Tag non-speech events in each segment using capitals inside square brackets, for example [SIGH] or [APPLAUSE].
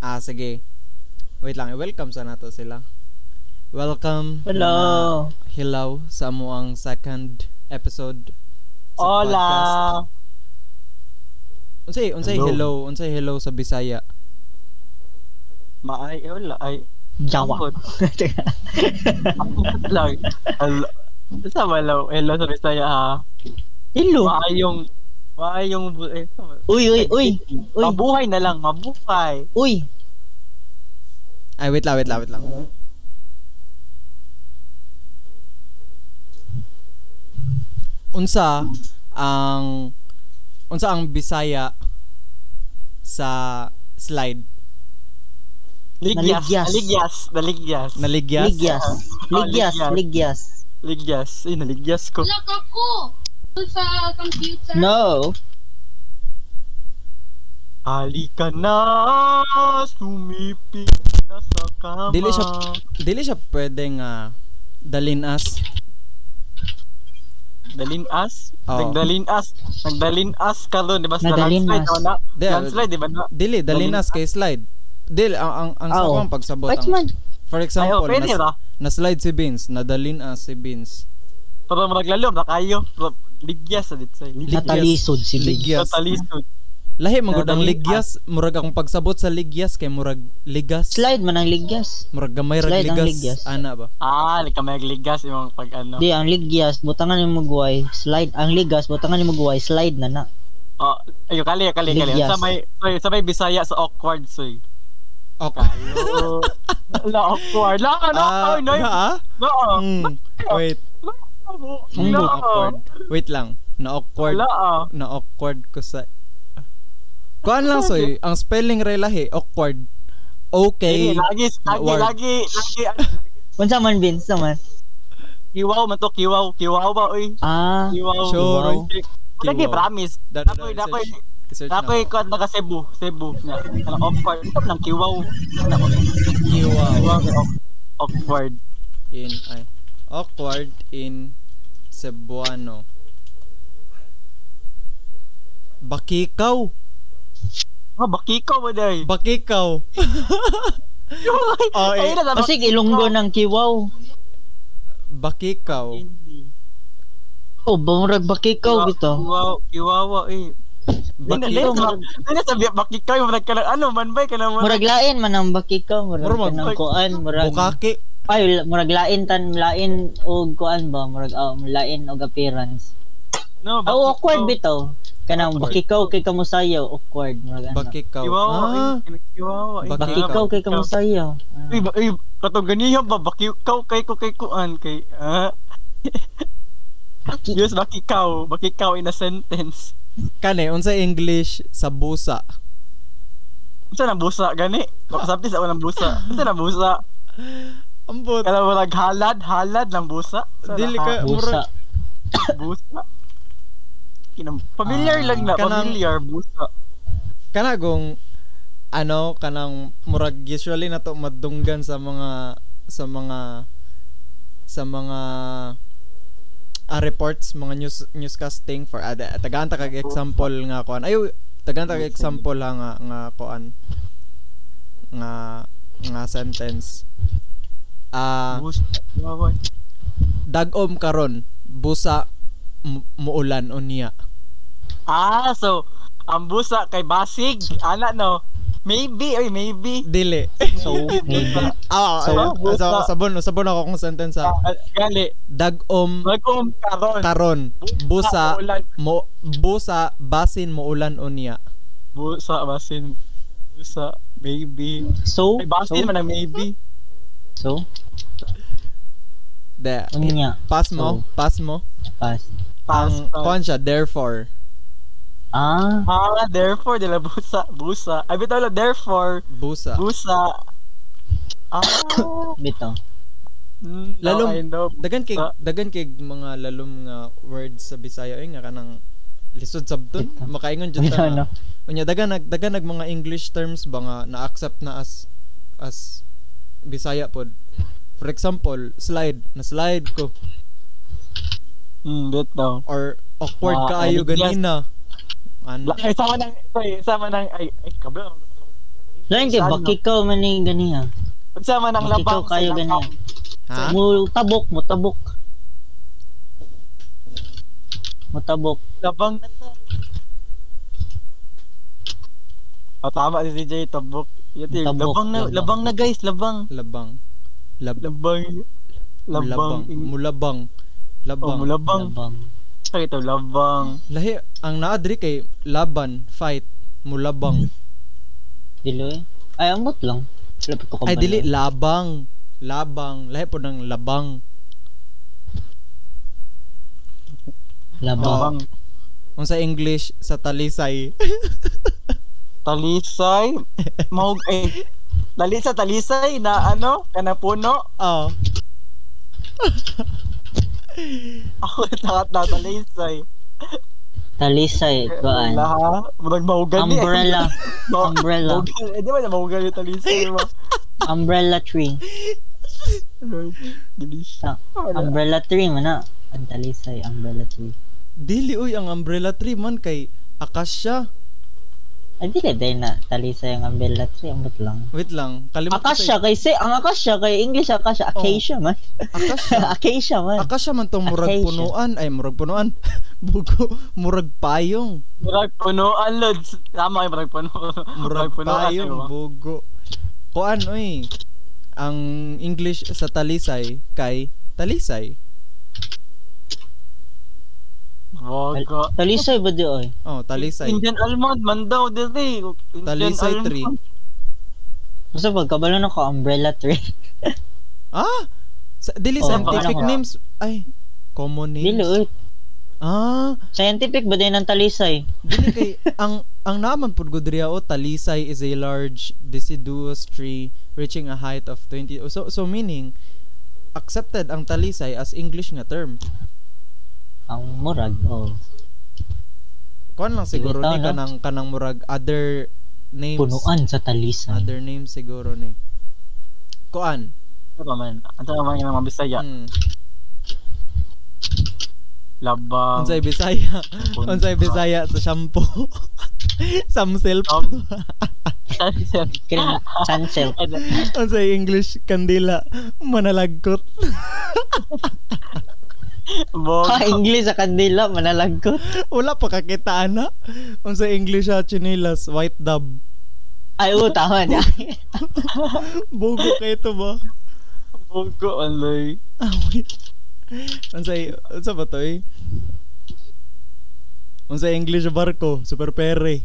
Ah, sige. Wait lang, welcome sa nato sila. Welcome. Hello. na Hello sa mo ang second episode sa Hola. podcast. Unsay unsay hello, Hello. unsay hello sa Bisaya. Maay, eh, wala. Ay, Jawa. Ambot. Teka. [LAUGHS] ambot lang. Hello. Sa malaw. Eh, Hello sa Bisaya ha. Hello. Maay yung... Maay yung... ah. bu- Eh, sa malaw. Uy, uy, uy. Uy. Mabuhay na lang. Mabuhay. Uy. Ay, wait lang, wait lang, wait lang. Unsa ang unsa ang Bisaya sa slide? Ligyas. Naligyas. Naligyas. Naligyas. Naligyas? Ligyas. Ligyas. ligyas. Ligyas. Ligyas. Ay, naligyas ko. Look ako! Doon sa computer. No. Halika na, sumipi na sa kama. Dili siya dili siya pwedeng ah, dalin as Dalin as? Oo. Nagdalin as. Nagdalin as ka doon, di ba? Sa Oh. Nagdalin landslide, as. ano na? Di, Landslide, di ba na? dili dalin Dalin as kay slide. Dili ang ang, ang Oo. sa kong pagsabot Wait ang, man. For Ay, oh, example, pwede nas, ba? na slide si Beans, nadalin as si Beans. Pero maglalo, na kayo. Pero Ligyas, adit sa'yo. Ligyas. Ligyas. Natalisod si Big. Ligyas. Totalisod. Lahi man gud ang Nadalin ligyas, murag akong pagsabot sa ligyas kay murag ligas. Ah. Slide man ang ligyas. Murag gamay ra Slide ang ligas. ligyas. Ana ba? Ah, nagkamagligas yung mga pag ano. Di, ang ligyas, butangan ni magway, slide. Ang ligas, butangan ni magway, slide na na. Oh, ayun, kali, kali, kali. Ligyas. Sa may, sorry, sa may Bisaya sa awkward, soy. Okay. Kayo. La awkward. La, la, Ah, la, la, na ah? la, Mm, Wait, Hmm, Ang la, la, awkward. Wait lang. Na awkward. la, Na awkward ko sa Kuan lang soy, ang spelling ra lahi awkward. Sige, Okay. lagi, lagi, Awkward. lagi, lagi, ano, Unsa man, Vince, naman. kiwaw man to, kiwaw, kiwaw ba, uy. Ah, Kiwaw. Sure, Wow. oy. Wala kay promise. Da- da- da- Dapoy, dapoy, research- research na dapoy ako. ko na ka Cebu, Cebu. Na, ano, awkward. Ito lang, kiwaw. Kiwaw. Kiwaw, awk- awkward. in ay awkward in Cebuano. Bakikaw. Ah, bakiko mo day. [LAUGHS] Bakikaw. Oh, eh. Ayun na, Kasi ilunggo ng kiwaw. Bakikaw. Oh, bumurag ba kikaw bito? Kiwaw, kiwawa eh. Bakiko Bakikaw. mo. Ano sabi, bakiko mo ka lang, ano, man bay ka lang. man- Murag lain man ang bakikaw, Murag- murag kanang kuan, murag Bukaki. ay la- murag lain tan lain og kuan ba, murag ah, lain og appearance. No, Ah, bakiko. awkward bitaw. Kanang Awkward. bakikaw kay kamusayaw, awkward murag ano. Bakikaw. Kiwawa Ah, eh. Kiwawa eh. Bakikaw kay kamusayaw. Ah. Iya, Uy, ba- uy, katong ganihan ba, bakikaw kay ko kay kuan kay, ah. Baki- Yes, bakikaw, bakikaw in a sentence. kani unsa English sa busa? Unsa nang busa gani? Makasabi sa nang busa. Unsa nang busa? Ambot. Kala mo halad, halad ng busa. Unsa Dili na- ka Busa. murag ah, busa. Kinam familiar Ah, lang na, kanang- familiar busa. kanagong ano kanang murag usually na to madunggan sa mga sa mga sa mga ah, reports mga news newscasting for uh, tagaan ta kag example nga kuan ayo tagaan ta kag example ha nga nga kuan nga nga sentence ah Busa. Waway. dagom karon busa mu- muulan unya Ah, so ang busa kay basig, ana no. Maybe, oy maybe. dili So, maybe. ah So, so, busa. sabon sabon ako kung sentence ha Ah, gali, dagom magum karon. karon busa ulan. mo busa basin mo ulan unya Busa basin. Busa maybe. So, so, Ay basin man ang maybe. so, de unya, pass mo pass mo pass. ang Pass. pass. kon siya therefore Ah, Ah, therefore, dila busa, busa. Ay, bitaw lang, therefore, busa [LAUGHS] Busa. Ah. [LAUGHS] bitaw. Mm, Lalong- I know. dagan kay Busa. dagan kay mga lalom nga words sa Bisaya ay nga kanang lisod sabton Ito. makaingon jud ta Bitaw nga. no. unya dagan nag dagan nag mga English terms ba nga na accept na as as Bisaya pod for example slide na slide ko Mm, bitaw. or awkward Ah, kaayo yes. ganina ano eh, La- Ay, sama ng, sorry, sama ng, ay, ay, kabla. Lain kay Saan, no? bakit ka man ni ganiha. Unsa man ang Bakit labang ikaw kayo ganyan? lakang? Ha? Mo tabok mo tabok. Mo tabok. Labang na to. Oh, tama si DJ Tabok. Yun, yun. Tabok, labang na, labang. labang na guys, labang. Labang. Lab, Labang. labang. Labang. Mulabang. Oh, Labang. mulabang. Labang. Sakit to, labang. Lahi, ang naadri kay laban, fight, mulabang. Dilo eh. Ay amot lang. Lapit ko ka Ay, ba dili, na? labang. Labang. Lahi po ng labang. Labang. Labang. Kung sa English, sa talisay. [LAUGHS] Talisay. Mahog ay Dali sa talisay na ano, kana puno. Oh. Ako takot na talisay. Talisay kuan. Laha, murag mahugan ni. [LAUGHS] Umbrella. Ma- umbrella. [LAUGHS] mahugan. Eh, di ba na mahugan ni talisay mo? umbrella tree. Lord, Gilis. Ta- umbrella tree man na. Ang talisay umbrella tree. Dili, uy, ang umbrella tree man kay Akasya. Ay dili dahil na talisay ang umbrella tree amot lang. Wait lang. Kalimut Akasya kay say ang akasya kay English akasya Oh. acacia man. [LAUGHS] Akasya. acacia man. Akasya man tong murag Acacia. punuan. Ay, murag punuan. [LAUGHS] Bugo. Murag payong. Murag punuan, Lods. Tama kayo, murag oh. punuan. Murag di ba? payong. Bugo. Kuan, uy. Ang English sa talisay kay talisay. Bogo. Talisay ba di oy? Oh, talisay. Indian almond, man daw, dili. Indian Talisay almond. tree. Basta pagkabalo na ko umbrella [LAUGHS] tree. Ah! Sa, dili, Oh, scientific ano ka? names. Ay, common names. Dili oy. Ah, Scientific ba din ang talisay? dili kay [LAUGHS] ang ang naman pud gud riya o talisay is a large deciduous tree reaching a height of 20 oh, so so meaning accepted ang talisay as English nga term. Ang murag oh. Kuan lang siguro ni Dilitaw, no? kanang kanang murag other names. Punuan sa talisay. Other names siguro ni. Kuan. Ano ba man? Ano ba man yung mga Bisaya? Hmm. Labang. Unsay Bisaya? Puno. Unsay Bisaya sa shampoo? [LAUGHS] Samsilp. Um, Sunset. Kaya cancel. [LAUGHS] Unsay English kandila? Manalagkot. Ha, [LAUGHS] Bogo. English sa kandila, manalagkot. Wala pa kakitaan na. Unsa English ha chinilas, white dove. Ay, oo, tama [LAUGHS] niya. Bugo kay to ba? [LAUGHS] Bogo, aloy. Ah, wait. Unsay unsa ba to eh? Unsa English barko, super pere.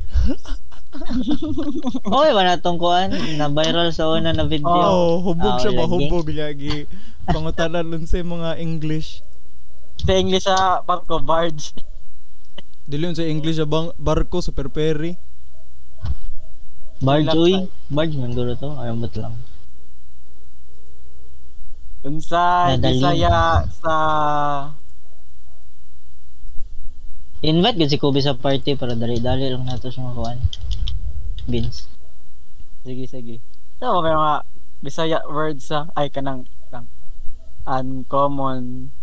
Okay ba na tong kuan? Na-viral sa una na video. Oh, hubog Ah, siya ba? lagi. Hubog lagi. Pangutanan unsay mga English. Sa English sa Parko Barge. Dili unsay English ha bang barko, super pere. Barge, uy. Barge man gulo to. Ayaw mo't lang. Dun sa Nadali. Bisaya sa... Invite ko si Kobe sa party para dali-dali lang nato sa mga kuan. Beans. Sige, sige. Ano ba may mga Bisaya words sa... Ay, kanang... kanang uncommon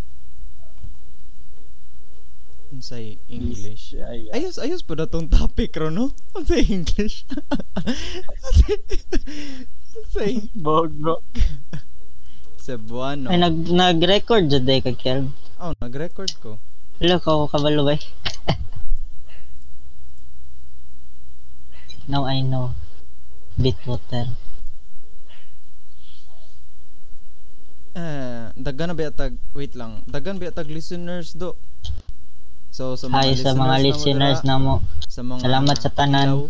Unsay English. Ay, ay. Ayos, ayos po na tong topic ro, no? Sa English. [LAUGHS] sa, Bogo. sa Buano. Ay, nag- nag-record dyan day kag Kelb. Oh, nag-record ko. Hello, ko kabalo ba? [LAUGHS] Now I know. Bitwater. Eh, daghan na ba tag wait lang. Daghan ba tag listeners do? So sa mga Hi sa mga listeners na, na mo. wala, sa mga salamat sa tanan. ilaw,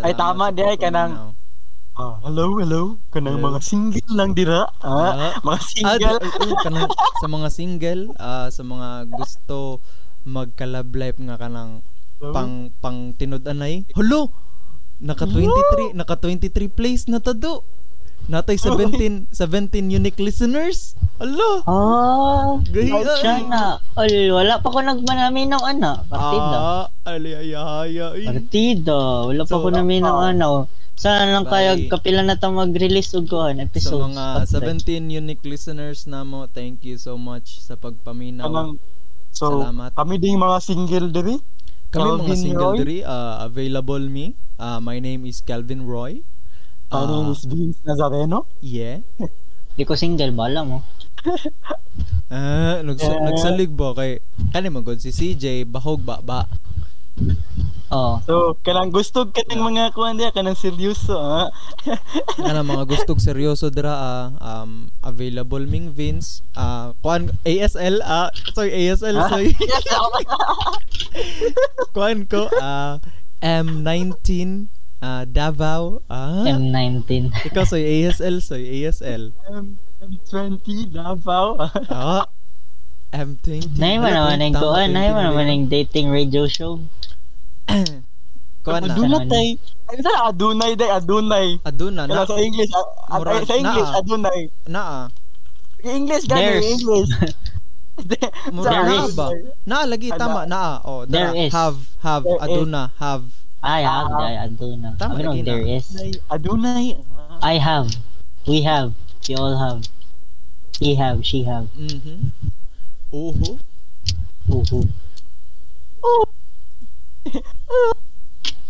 Ay, salamat tama, sa di ay, kanang- pagpaminaw. Ah, hello, hello. Kanang Hello. mga single lang dira. Ah. Ah, mga Ah, di- single. ay, ay, kanang sa mga single, ah, sa mga gusto magka-love life nga kanang pang pang tinud-anay. Hulo. Naka 23, naka 23 plays na ta do. Natay [LAUGHS] 17, 17 unique listeners. Alo. Oh, Gahiya. siya na. Ol, wala pa ko nagmanaminaw ana. Partida. Ah, aliyayaya. Partida. Wala pa So, ah, ko naminaw ano. Sana lang Bye. kaya kapila na ta mag-release og kuan Sa episode. mga 17 unique listeners na mo, thank you so much sa pagpaminaw. Kanang So, Salamat. kami ding mga single diri. Kami mga Calvin single uh, Roy? diri, ah, available me. Ah, my name is Calvin Roy. Paano Ah. Miss Beans Nazareno? Yeah? Di ko single ba alam oh. mo? Ah, nagsa- Yeah. nagsalig ba kay kani man gud si CJ bahog ba ba. Oo. So, kanang gusto ka ng mga kuwan diya, kanang seryoso, ah. [LAUGHS] ha? Kana mga gustog seryoso dira ah, um available Ming Vince ah kuan ASL ah sorry ASL sorry. [LAUGHS] kuan ko ah M19 ah Davao ah [LAUGHS] M19. ikaw soy ASL soy ASL. M- M20, Davao. Ah M20. Nay mo naman ang kuan, nay mo naman ang dating radio show. kuan na. Adunay tay. Ano sa adunay day, adunay. Aduna na Kaya sa English, a- a- Murag sa English, na. adunay. na ah. English gani, There's. [LAUGHS] [LAUGHS] English. Mura There na is. ba? Na lagi Ada. tama na ah. Oh, dara. There is. Have have There is. aduna have. I have, Ah. I have na. Tama, Tama lagi na. there is. Adunay, Adunay. ah. I have. We have. We all have. He have, she have. Mhm. Uhu. Uhu.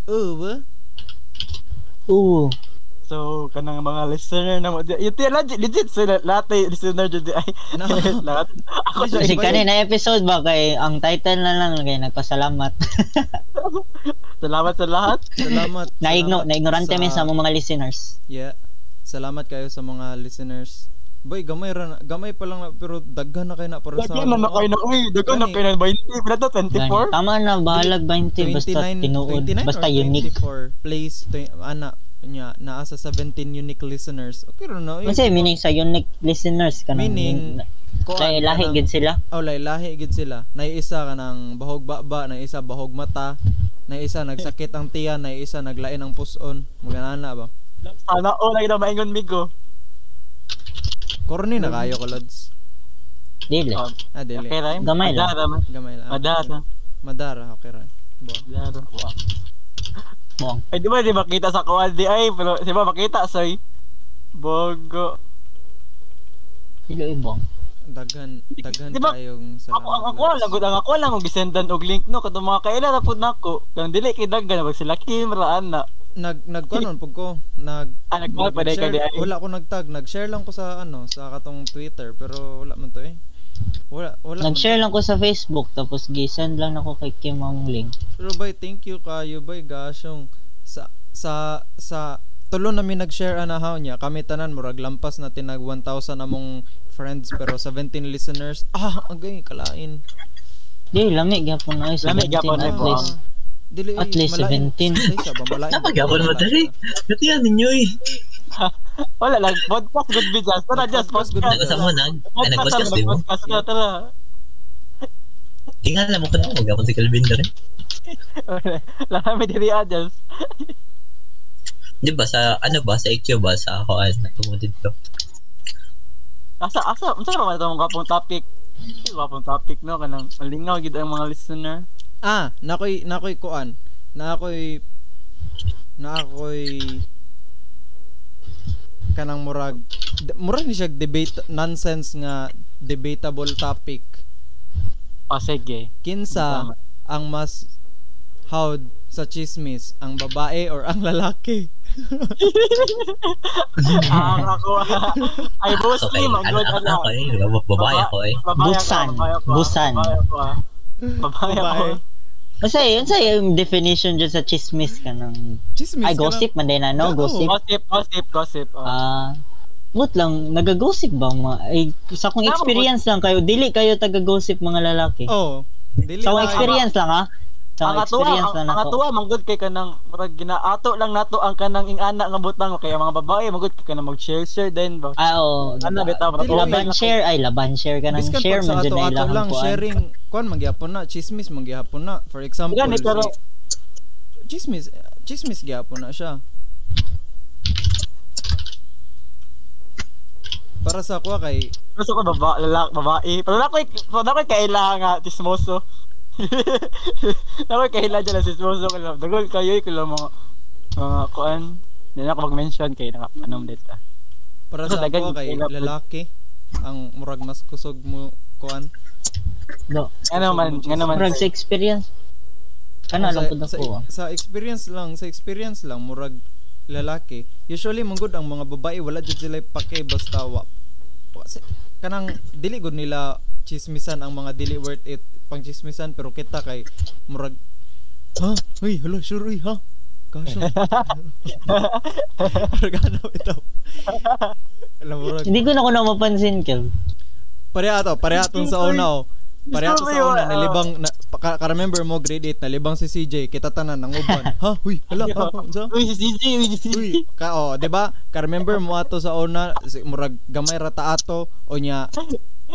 Uwe. Ooh. So, kanang mga listener na mo. Ito legit, legit sila. Lahat ay listener dyan. Ay, Na. [LAUGHS] lahat. Ako Legit. Kasi siya. iba [LAUGHS] yun. kanina episode ba kay ang title na lang kay nagpasalamat. [LAUGHS] Salamat sa lahat. Salamat. Naigno, salamat naignorante min sa mga listeners. Yeah. Salamat kayo sa mga listeners. Boy, gamay ra na- gamay pa lang na, pero daghan na kayo na para sa ano? eh. Dagyan na na mga- kayo na. Uy, dagyan na Gani. kayo na. 20, pila to? Gani. 24? Tama na bahalag 20 basta 29 tinuod, 29 basta or unique. 24 plays tw- ana nya naa sa 17 unique listeners. Okay ro no. yun. Kasi meaning sa unique listeners kanang Meaning, Kuan ka kay lahi ng- gid sila. Oh, lay lahi gid sila. Nay isa ka ng bahog baba, nay isa bahog mata, nay isa nagsakit ang tiyan, nay isa naglain ang puson. Maganana ba? Sana all ay na maingon migo. Corny na kayo ko lods. Dili. Oh, Ah, dili. Okay, Rhyme? Gamay lang. Madara, man. Gamay lang. Madara. Madara, okay ra. Bo. Madara. Wow. Buang. Ay, di ba di makita sa kuwan di ay? Pero, di ba makita, soy? Bogo. Dili ibang. Daghan, daghan Di ba- tayong salamat. Ako ang ako lods. lang gud ang ako lang og gisendan og link no kadto mga kaila ra pud nako. Kang dili kay daggan wag sila camera ana. Nag nagkuanon pug ko. Nag Ah, nagmahal pa dai nag-share- ka di ay. Wala ko nagtag, nag-share lang ko sa ano, sa katong Twitter, pero wala man to eh. Wala, wala. man to. Nag-share lang ko sa Facebook tapos gi-send lang ako kay Kim ang link. Pero bay, thank you kayo bay, gasyong sa sa sa tulo nami nag-share ana haw niya. Kami tanan murag lampas na tinag 1000 among friends pero 17 listeners. Ah, ang gay kalain. Di lami gyapon na ay, Lami 17 gyapon, at eh, least. buang. Ah, Dili At least 17. Isa ba [LAUGHS] malain? Napagyawan mo dali. Dati yan ninyo eh. Wala lang podcast good be just. Tara just Podcast, podcast. good Nagkasa mo nag. Ay, nag-podcast din mo. Podcast na tara. Tingnan alam mo ko na magyawan si Calvin dali. Lami diri ah, adjust. Di ba sa, ano ba, sa IQ ba, sa ako ay natumutid ko. Asa asa unsa ra man tong kapong topic? Ano Kapong topic no kanang malingaw gid ang mga listener. Ah, nakoy nakoy kuan. Nakoy nakoy kanang murag d- murag ni siya debate nonsense nga debatable topic O Ah, sige. kinsa Tama. ang mas howd sa chismis ang babae or ang [LAUGHS] lalaki Ang Ah, ako ay So, mostly kay, mag ano, good ano ako eh. bab- Babae ako eh. Busan. ah. Busan. Babae ako. babae Basta yun sa yung definition dyan sa chismis ka ng... chismis ka Ay, na- gossip man din na, Oo. no? Gossip. Gossip, gossip, gossip. oh. Ah... but lang, nag-gossip ba mga? Ay, sa kong Tama, experience lang kayo, dili kayo taga-gossip mga lalaki. oh dili sa kong tayo. experience lang ha? Sa ang kong atuwa, experience ang, lang ang ako. atuwa manggod kay kanang murag ginaato lang nato ang kanang ingana nga butang kaya mga babae manggod kay kanang mag-share share din ba. Ah, oo. Ano bitaw Dili- matuwa Laban share, ay laban share ka ng Biskan share, pag sa man dyan na ato-ato ilahang lang, kuan. sharing, kuan, manggihapon na, chismis, manggihapon na. For example, Gani, pero- si- chismis, chismis gihapon na siya. Para sa kuha kay, Gusto ko baba, lalak, babae. Pero na ko na ko kaila nga tismoso. [LAUGHS] na ko kaila dyan na tismoso ko lang. Dagol kayo ko lang mga mga kuan. Hindi na ako mag-mention kay naka anong data. para Ano, sa dagan, kuha kay kailangan- lalaki, ang murag mas kusog mo, kuan. Do. Ano man, ano man. Murag sa experience. Ano, alam Sa- po na sa, po. ah. sa experience lang, sa experience lang, murag, lalaki. Usually man gud ang mga babae wala jud sila pake basta wa. wa- si- kanang dili gud nila chismisan ang mga dili worth it pang chismisan pero kita kay murag ha uy hello sure uy ha kaso organo ito alam murag Hindi ko na ko na mapansin, Kel. Pareha to, pareha tong sa una oh. Pareha to sa una, nalibang, na, ka, remember mo grade 8, nalibang si CJ, kita tanan, ng uban. ha? Huy, hala, ha, ha, unsa? Uy, si CJ, uy, si CJ. Uy, ka, oh, di ba? Ka remember mo ato sa una, si, murag gamay rata ato, o nya,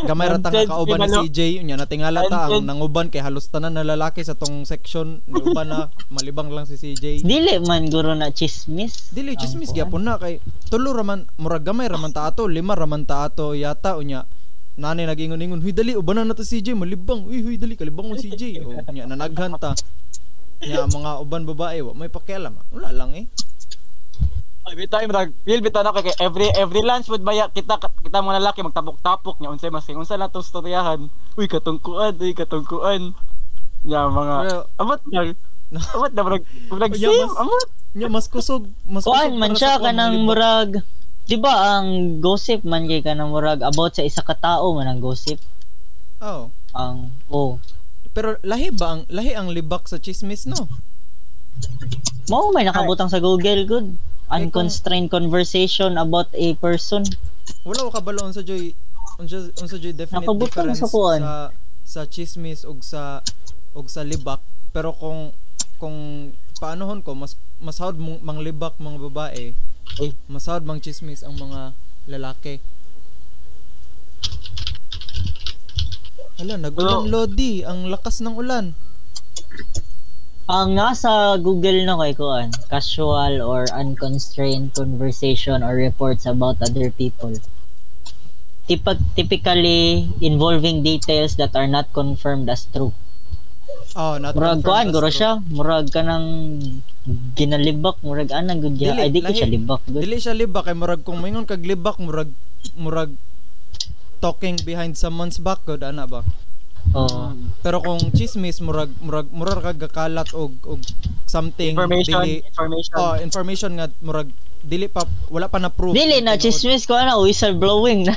gamay rata nga kauban ni CJ, unya natingala ta ang nanguban kay halos tanan na lalaki sa tong section, ni uban na malibang lang si CJ. Dili man guro na chismis. Dili chismis Ang gyapon na kay tulo raman murag gamay raman ta ato, lima raman ta ato yata unya. Nani nagingon-ingon, huy dali ubanan na to CJ malibang. Uy huy dali kalibang mo CJ. O nya nanaghan ta. Nya ang mga uban babae wa may pakialam. ah. Wala lang eh. Ay, bitaw yung mag Will, bitaw na kay every every lunch food baya kita kita mga lalaki magtapok-tapok nya unsay mas unsa na tong storyahan. Uy, katungkuan, uy, katungkuan. Nya mga Pero amot na. Amot na brag brag Unya, sim, mas- amot. nya mas kusog, mas kusog. Kuan man para siya sa kuan, kanang malibang. murag. 'Di ba ang gossip man kay kanang murag about sa isa ka tao man ang gossip. Oh. Ang oh. Pero lahi ba ang lahi ang libak sa chismis no? Mao may nakabutang sa Google good. Unconstrained conversation about a person. Wala ko kabalo unsa joy unsa unsa joy definite Nakabutang difference sa kuan. sa sa chismis ug sa ug sa libak pero kung kung paanohon ko mas masahod mong mang libak mga babae Ay. masahod mang chismis ang mga lalaki Hala, nag-ulan, Lodi. Ang lakas ng ulan. Ang nasa Google na kay kuan, casual or unconstrained conversation or reports about other people. Tipag, typically involving details that are not confirmed as true. Oh, not Murag confirmed kuan as guro true. siya, murag ka nang ginalibak, murag anang gud ya. Dili, Ay di ko lahi. siya libak gud. Dili siya libak kay murag kung maingon kag libak murag murag talking behind someone's back god ana ba. Oo. Pero kung chismis murag murag murag kag gakalat og og something Information, dili information. oh information nga murag dili pa wala pa na proof. Dili na chismis ko ana whistle blowing [LAUGHS] na.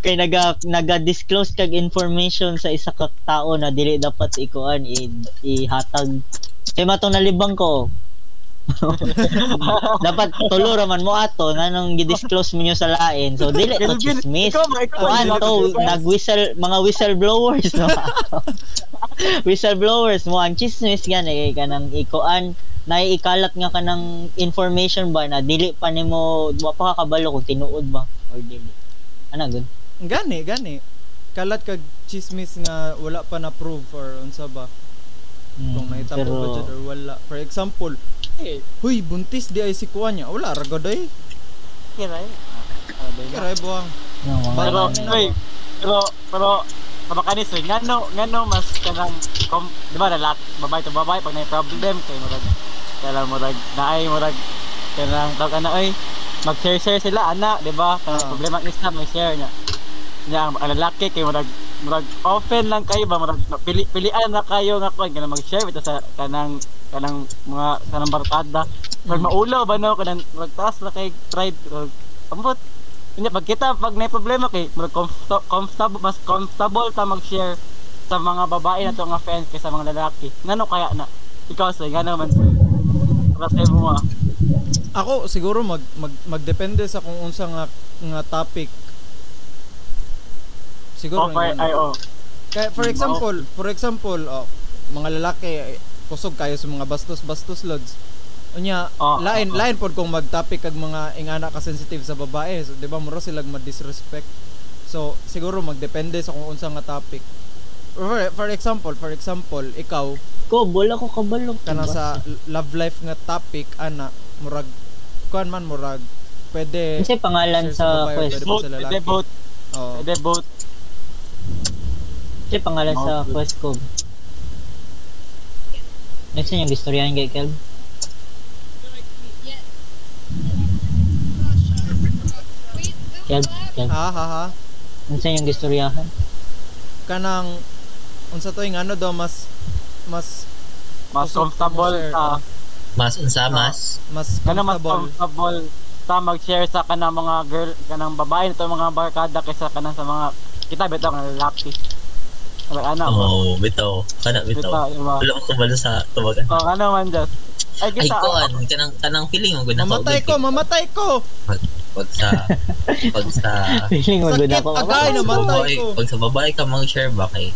Kay naga naga-disclose kag information sa isa ka tao na dili dapat ikuan i, ihatag. Kay matong nalibang [LAUGHS] ko. dapat tulo ra man mo ato nganong gi-disclose mo nyo sa lain. So dili to oh, Ganun, ganun. chismis. Ikaw ba, ikaw ba, Kuan ikaw to ba, ikaw ba? ano, oh, nag-whistle mga whistleblowers no. whistleblowers mo ang chismis yan eh kanang ikuan naiikalat nga ka ng information ba na dili pa nimo wa pa ka kabalo kung tinuod ba or dili Ano, ana gud Gani gani. Kalat kag chismis nga wala pa na proof or unsa ba kung Mm, mahitabo pero ba dyan or wala. For example, Eh, huy buntis di ay si kuan niya. Wala ra god ay. kiray. Karay buang. Pero, no, mga Pero, ano, Ano? uy, pero, pero, mapakanis rin. Ngano, ngano mas kanang, kom, di ba, lalaki, babae to babae, pag na-problem, kay murag, kanang murag, naay, murag, kanang, tawag ka na, uy, mag-share-share sila, ana, di ba? Kanang Ah. problema ang isa, may share niya. Niya, ang, ang lalaki, kay murag, murag, open lang kayo ba, murag, na- pili, pilian na kayo nga kung kanang mag-share, ito sa, kanang, kanang, mga, kanang barkada. Murag, maulaw ba, no, kanang, murag, taas na kay, pride, murag, ambot, hindi, pag kita, pag may problema kay, murag comfort- comfortable, mas comfortable ta mag-share sa mga babae na to nga friends kaysa mga lalaki. Ngano kaya na? Ikaw, say, nga naman, say. Para sa'yo mo, ah. Ako siguro mag, mag magdepende sa kung unsa nga nga topic. Siguro ano, Okay, yun. ay, oh. Kaya for Mm, example, for example, oh, mga lalaki eh, kusog kayo sa mga bastos-bastos lods. Unya, Oo, lain oo. lain pod kung mag-topic kag mga ingana ka sensitive sa babae, so, 'di ba? Mura sila ma-disrespect. So, siguro magdepende sa kung unsa nga topic. For, for example, for example, ikaw ko bola ko kabalo kana diba? sa love life nga topic ana murag kuan man murag pwede kasi pangalan Sir, sa sa babae, quest pwede ba? Vote, sa lalaki. pwede vote, oh, pwede vote. kasi pangalan sa Okay. quest ko next yung istoryahan kay Kel Yeah. Wait, Kel Kel ha ha ha unsa yung istoryahan [LAUGHS] kanang unsa to yung ano daw mas mas Mas Kusog ka mo, comfortable sir. ka. Mas unsa mas? Mas Kana mas comfortable. comfortable sa mag-share sa kanang mga girl, kanang babae nito mga barkada kaysa kanang sa mga kita bitaw nga lalaki. Wala ano. Oo, bitaw. Kana bitaw. Bitaw, iba. Wala ko bala sa tubagan. Oh, ano man just. Ay Ay, kita. oh. kuan, kanang, kanang feeling mo gud ako. Mamatay ko, mamatay ko. Pag, pag sa, pag sa, Feeling mo good Sakit, ako. agay pag sa namatay babae, ko. pag sa babae ka mag-share ba kay,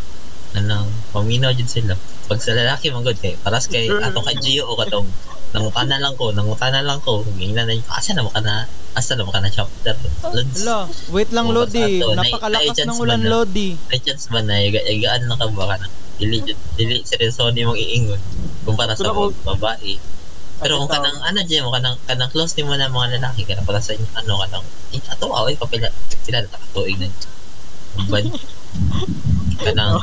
anong, paminaw dyan sila. Pag sa lalaki man gud kay, paras kay, Mm. atong ka Gio o katong, nanguka na lang ko, nanguka na lang ko. Hingin na yun, asa na mo ka na, asa na mo ka na chapter. Lods, Hala, wait lang Oo, Lodi. basta to. Nai- Napakalakas nai-chance ng ba ulan na? Lodi. may chance ba na yaga- yagaan na ka ba ka na? Dili, dyan- dili, seryoso ni mong iingon. Kumpara sa Pero mga babae. Pero kung kanang ano dyan, kung kanang, kanang close ni mo na mga lalaki, kanang para sa inyo, ano, kanang, eh, ato, away, papila, sila nakatuig na. Ban, kanang,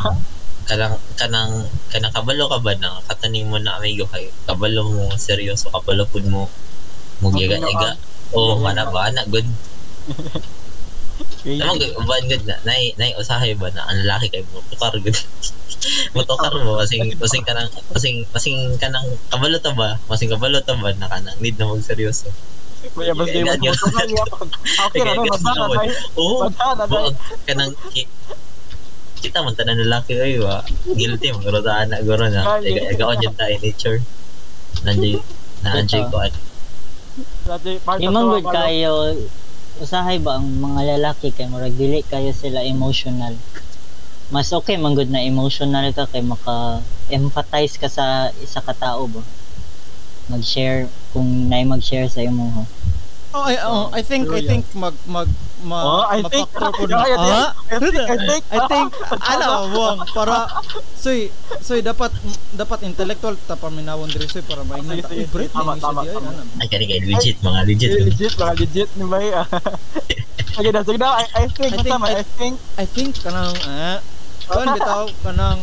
kanang, kanang, kanang kabalo ka ba na, kataning mo na amigo kayo, kabalo mo, seryoso, kabalo po mo, mo yaga-yaga. Oo, oh, mana ba, na, good. Okay. Tama ko, uban good na. Nay, nay, usahay ba na ang lalaki kay mo? Tukar good. [LAUGHS] Mutokar mo, kasing, kasing ka ng, kasing, kasing ka ng kabalo ta ba? Kasing kabalo ta ba na ka na? Need na magseryoso. Kuya basta yung [LAUGHS] Ganyan. mga kaya. Okay na Ganyan. basta na tayo. Oo, Basta na tayo. buwag ka ng, ki- kita man tanan lalaki kayo ba? Guilty, magro ta na, guro na. Kali. Ega, ega, dyan tayo nature. Nandiy, na-enjoy ko. at- Dati, part Imang good kayo, usahay ba ang mga lalaki kay murag dili kayo sila emotional. Mas okay man good na emotional ka kay maka empathize ka sa isa ka tao ba. Mag-share kung nay mag-share sa imo ho. Oh, I, oh, I think, I think mag, mag, mag, Oh, I think. mapaktor [LAUGHS] ko na. I think- Ah? I think. I [LAUGHS] think, ano, wong, para, soy, soy, dapat, dapat intellectual, tapaminawon diri soy, para maingat. Ah, Sige, sige, Uy, Brit, may tama, tama, isa di ay, tama. ano. Ay, kani kay legit, mga legit. Legit, mga legit ni May. ah. [LAUGHS] Okay, na, sige na. I, I think, I basta think- man, I think. I think, kanang, ah, kan bitaw, kanang,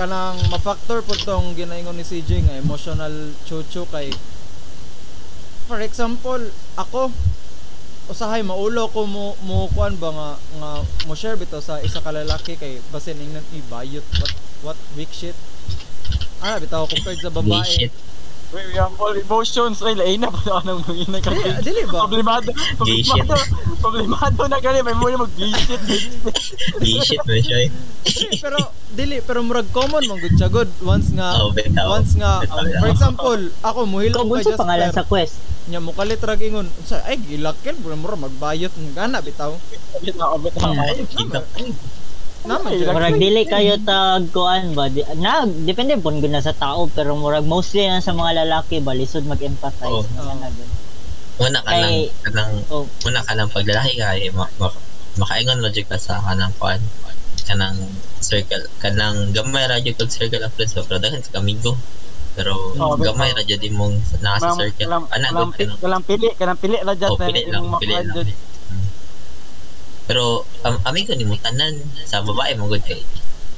kanang mafactor po tong ginaingon ni CJ nga emotional chuchu kay for example ako usahay maulo ko mo mo kuan ba nga nga mo share bitaw sa isa ka lalaki kay basin ingnan ibayot what what weak shit ah bitaw compared sa Gay babae shit. We we have all emotions. Ay, lain na pa anong manginay ka. dili, Eh, dili [LAUGHS] ba Problemado. Gay shit. Problemado. Problemado na gani. May muna [LAUGHS] mag-visit. Gay shit man siya. eh. Dili, pero dili pero murag common mong good siya good once nga Oo, bitaw. Ah, once nga um, Bitaw lang. for example ako muhilo Ikaw ko bunso pangalan sa quest. nya mo kalit rag ingon unsa ay gilakel bro mura magbayot ng gana bitaw Ay, kita. Ay, naman Ay, jud. lag- Murag dili kayo tag kuan ba. Di, na depende pon gud na sa tao pero murag mostly na sa mga lalaki ba lisod Oo. Oh. mag-empathize. Nga na gud. Muna ka lang, Ay. ka lang, Oh. muna ka lang paglalaki ka, eh, ma- ma- makaingon logic ka sa kanang kuan, kanang circle, kanang gamay radyo kag circle of friends, pero dahil sa kamigo. Pero Oo, pero- gamay radyo di mong Ma'am, nasa circle. kalam- Ana, kalam- good, ano? Kalang pili. Kalang pili na dyan. Oh, pili lang, pili lang. Mm. Pero um, am amigo ni mo tanan sa babae mo good kay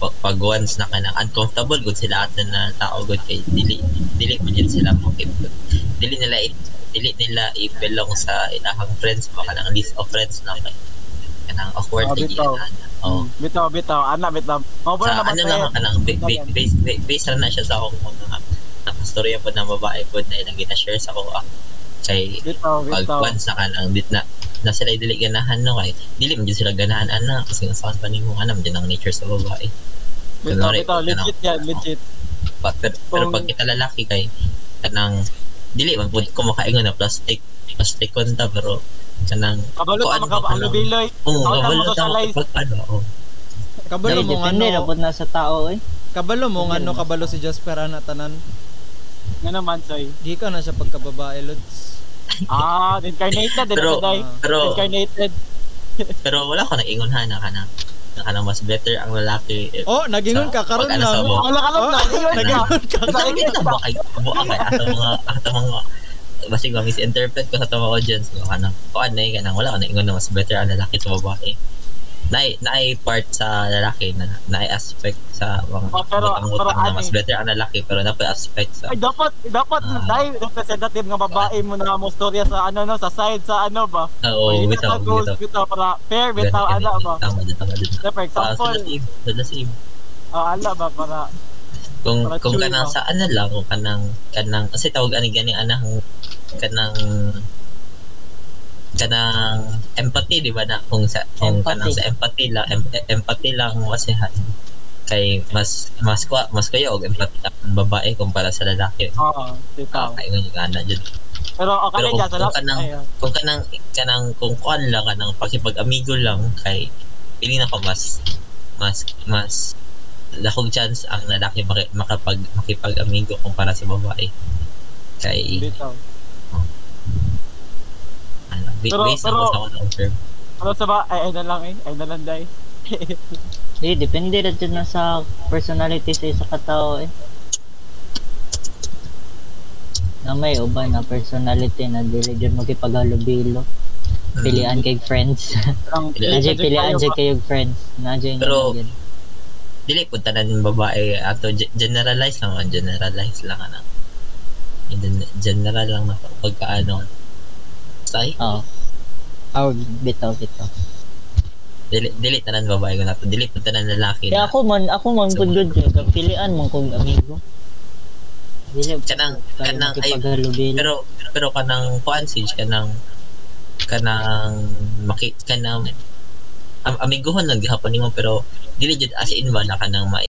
pag, pag once na ka na uncomfortable good sila atan na tao good kay dili dili mo jud sila mo kay dili nila i, dili nila i-belong sa ilahang friends mo kanang list of friends na kay kanang awkward Ah, kay bitaw. giyanan. Oh. Bitaw, bitaw. Ana, bitaw. Mao Sa na ano na man kanang ba- ba- base ba- base lang na siya sa akong mga nakastorya po ng babae po na ilang gina-share sa ko ah, kay Bitaw, pag bitaw. once na kanang bit na na sila dili ganahan no kay dili man jud sila ganahan ana kasi nga saan pa nimo ana man jud ang nature sa babae Bitaw, kunwari, bitaw. ano, oh, Legit yan, legit. Oh. but, pero, pero Kung- pag kita lalaki kay kanang dili man pud ko makaingon na plastic plastic konta pero kanang Kabalo ano, ka kuan ba, magkabalo, kanang- Biloy. ano, Ako Oo, lang kabalo ta mo socialize. pag ano oo. kabalo Dili mo nga depende na ano pud na sa tao eh. kabalo mo nga ano kabalo si Jasper ana tanan Nga naman, Soy. gika na siya pagkababae lods Ah, incarnated din Pero- ako, Day. pero Incarnated. pero wala ko naingon ha na kanang na kanang mas better ang lalaki eh, oh nagingon ka karon Pag-ano lang sa mo. Wala ka lang Oh, na. nagingon ka Sabi ko ito ba kay mo ako ato mga ato mga basi ko misinterpret ko sa tama audience ko ano ko anay ka nang wala ka na ingon na mas better ang lalaki sa babae na naay part sa lalaki na naay aspect sa mga Oh, pero- butang-butang pero na mas ani- better ang lalaki pero na aspect sa Ay, dapat, dapat, Ah. Day, representative nga babae mo na mo storya sa ano, no, sa side, sa ano ba? ah, oo Pahina bitaw sa goals, bitaw bitaw, para fair, Ganun, bitaw, ganun. ala ba? tama din tama din Say, for Ah, example, sila save sila save ah, ala ba, para Kung Para chill kung kanang lang. sa ano lang, kung kanang kanang kasi tawag ani gani anang kanang kanang empathy di ba na kung sa kung Empathy. kanang sa empathy lang em, em- empathy lang mo kasi ha, kay mas mas kwa mas kayo og empathy ang babae kumpara sa lalaki. Oo, titaw. Kakay nga yung ana dyan. ah, Pero okay Ah, Pero lang dyan, sa kung- lahat. kung kanang- Ayun. Kung kanang kanang kung kuan lang kanang pakipag-amigo lang kay pili na ko mas mas mas lakog chance ang lalaki maki- makapag makipag-amigo kumpara sa babae. Kay Titaw. ano, ba- Pero- based pero- ako sa unang observe. Pero sa ba, ay, ay na lang eh. Ay na lang dahil. Di, depende na dyan na sa personality sa isa ka tao eh. Na may uban na personality na dili dyan magkipagalubilo. Mm. Pilian kay friends. [LAUGHS] [LAUGHS] Ang Pilihan. Nandiyan pilian dyan kayo friends. Nandiyan Pero- yun. Dili po tanan yung babae ato ge- generalize lang man generalize lang ana. General lang na pagkaano. Say, Oo. Oh, bitaw, bitaw. dili dili tanan babae ko na to. Dili po tanan lalaki. Kaya na- ako man, ako man good good yun. Pilian man kong amigo. Dili, Kanang- kayo kanang- ay- magkipagalubilo. pero pero kanang kuan sige kanang kanang maki kanang am, amiguhon lang gihapon nimo pero dili jud as in wala kanang ma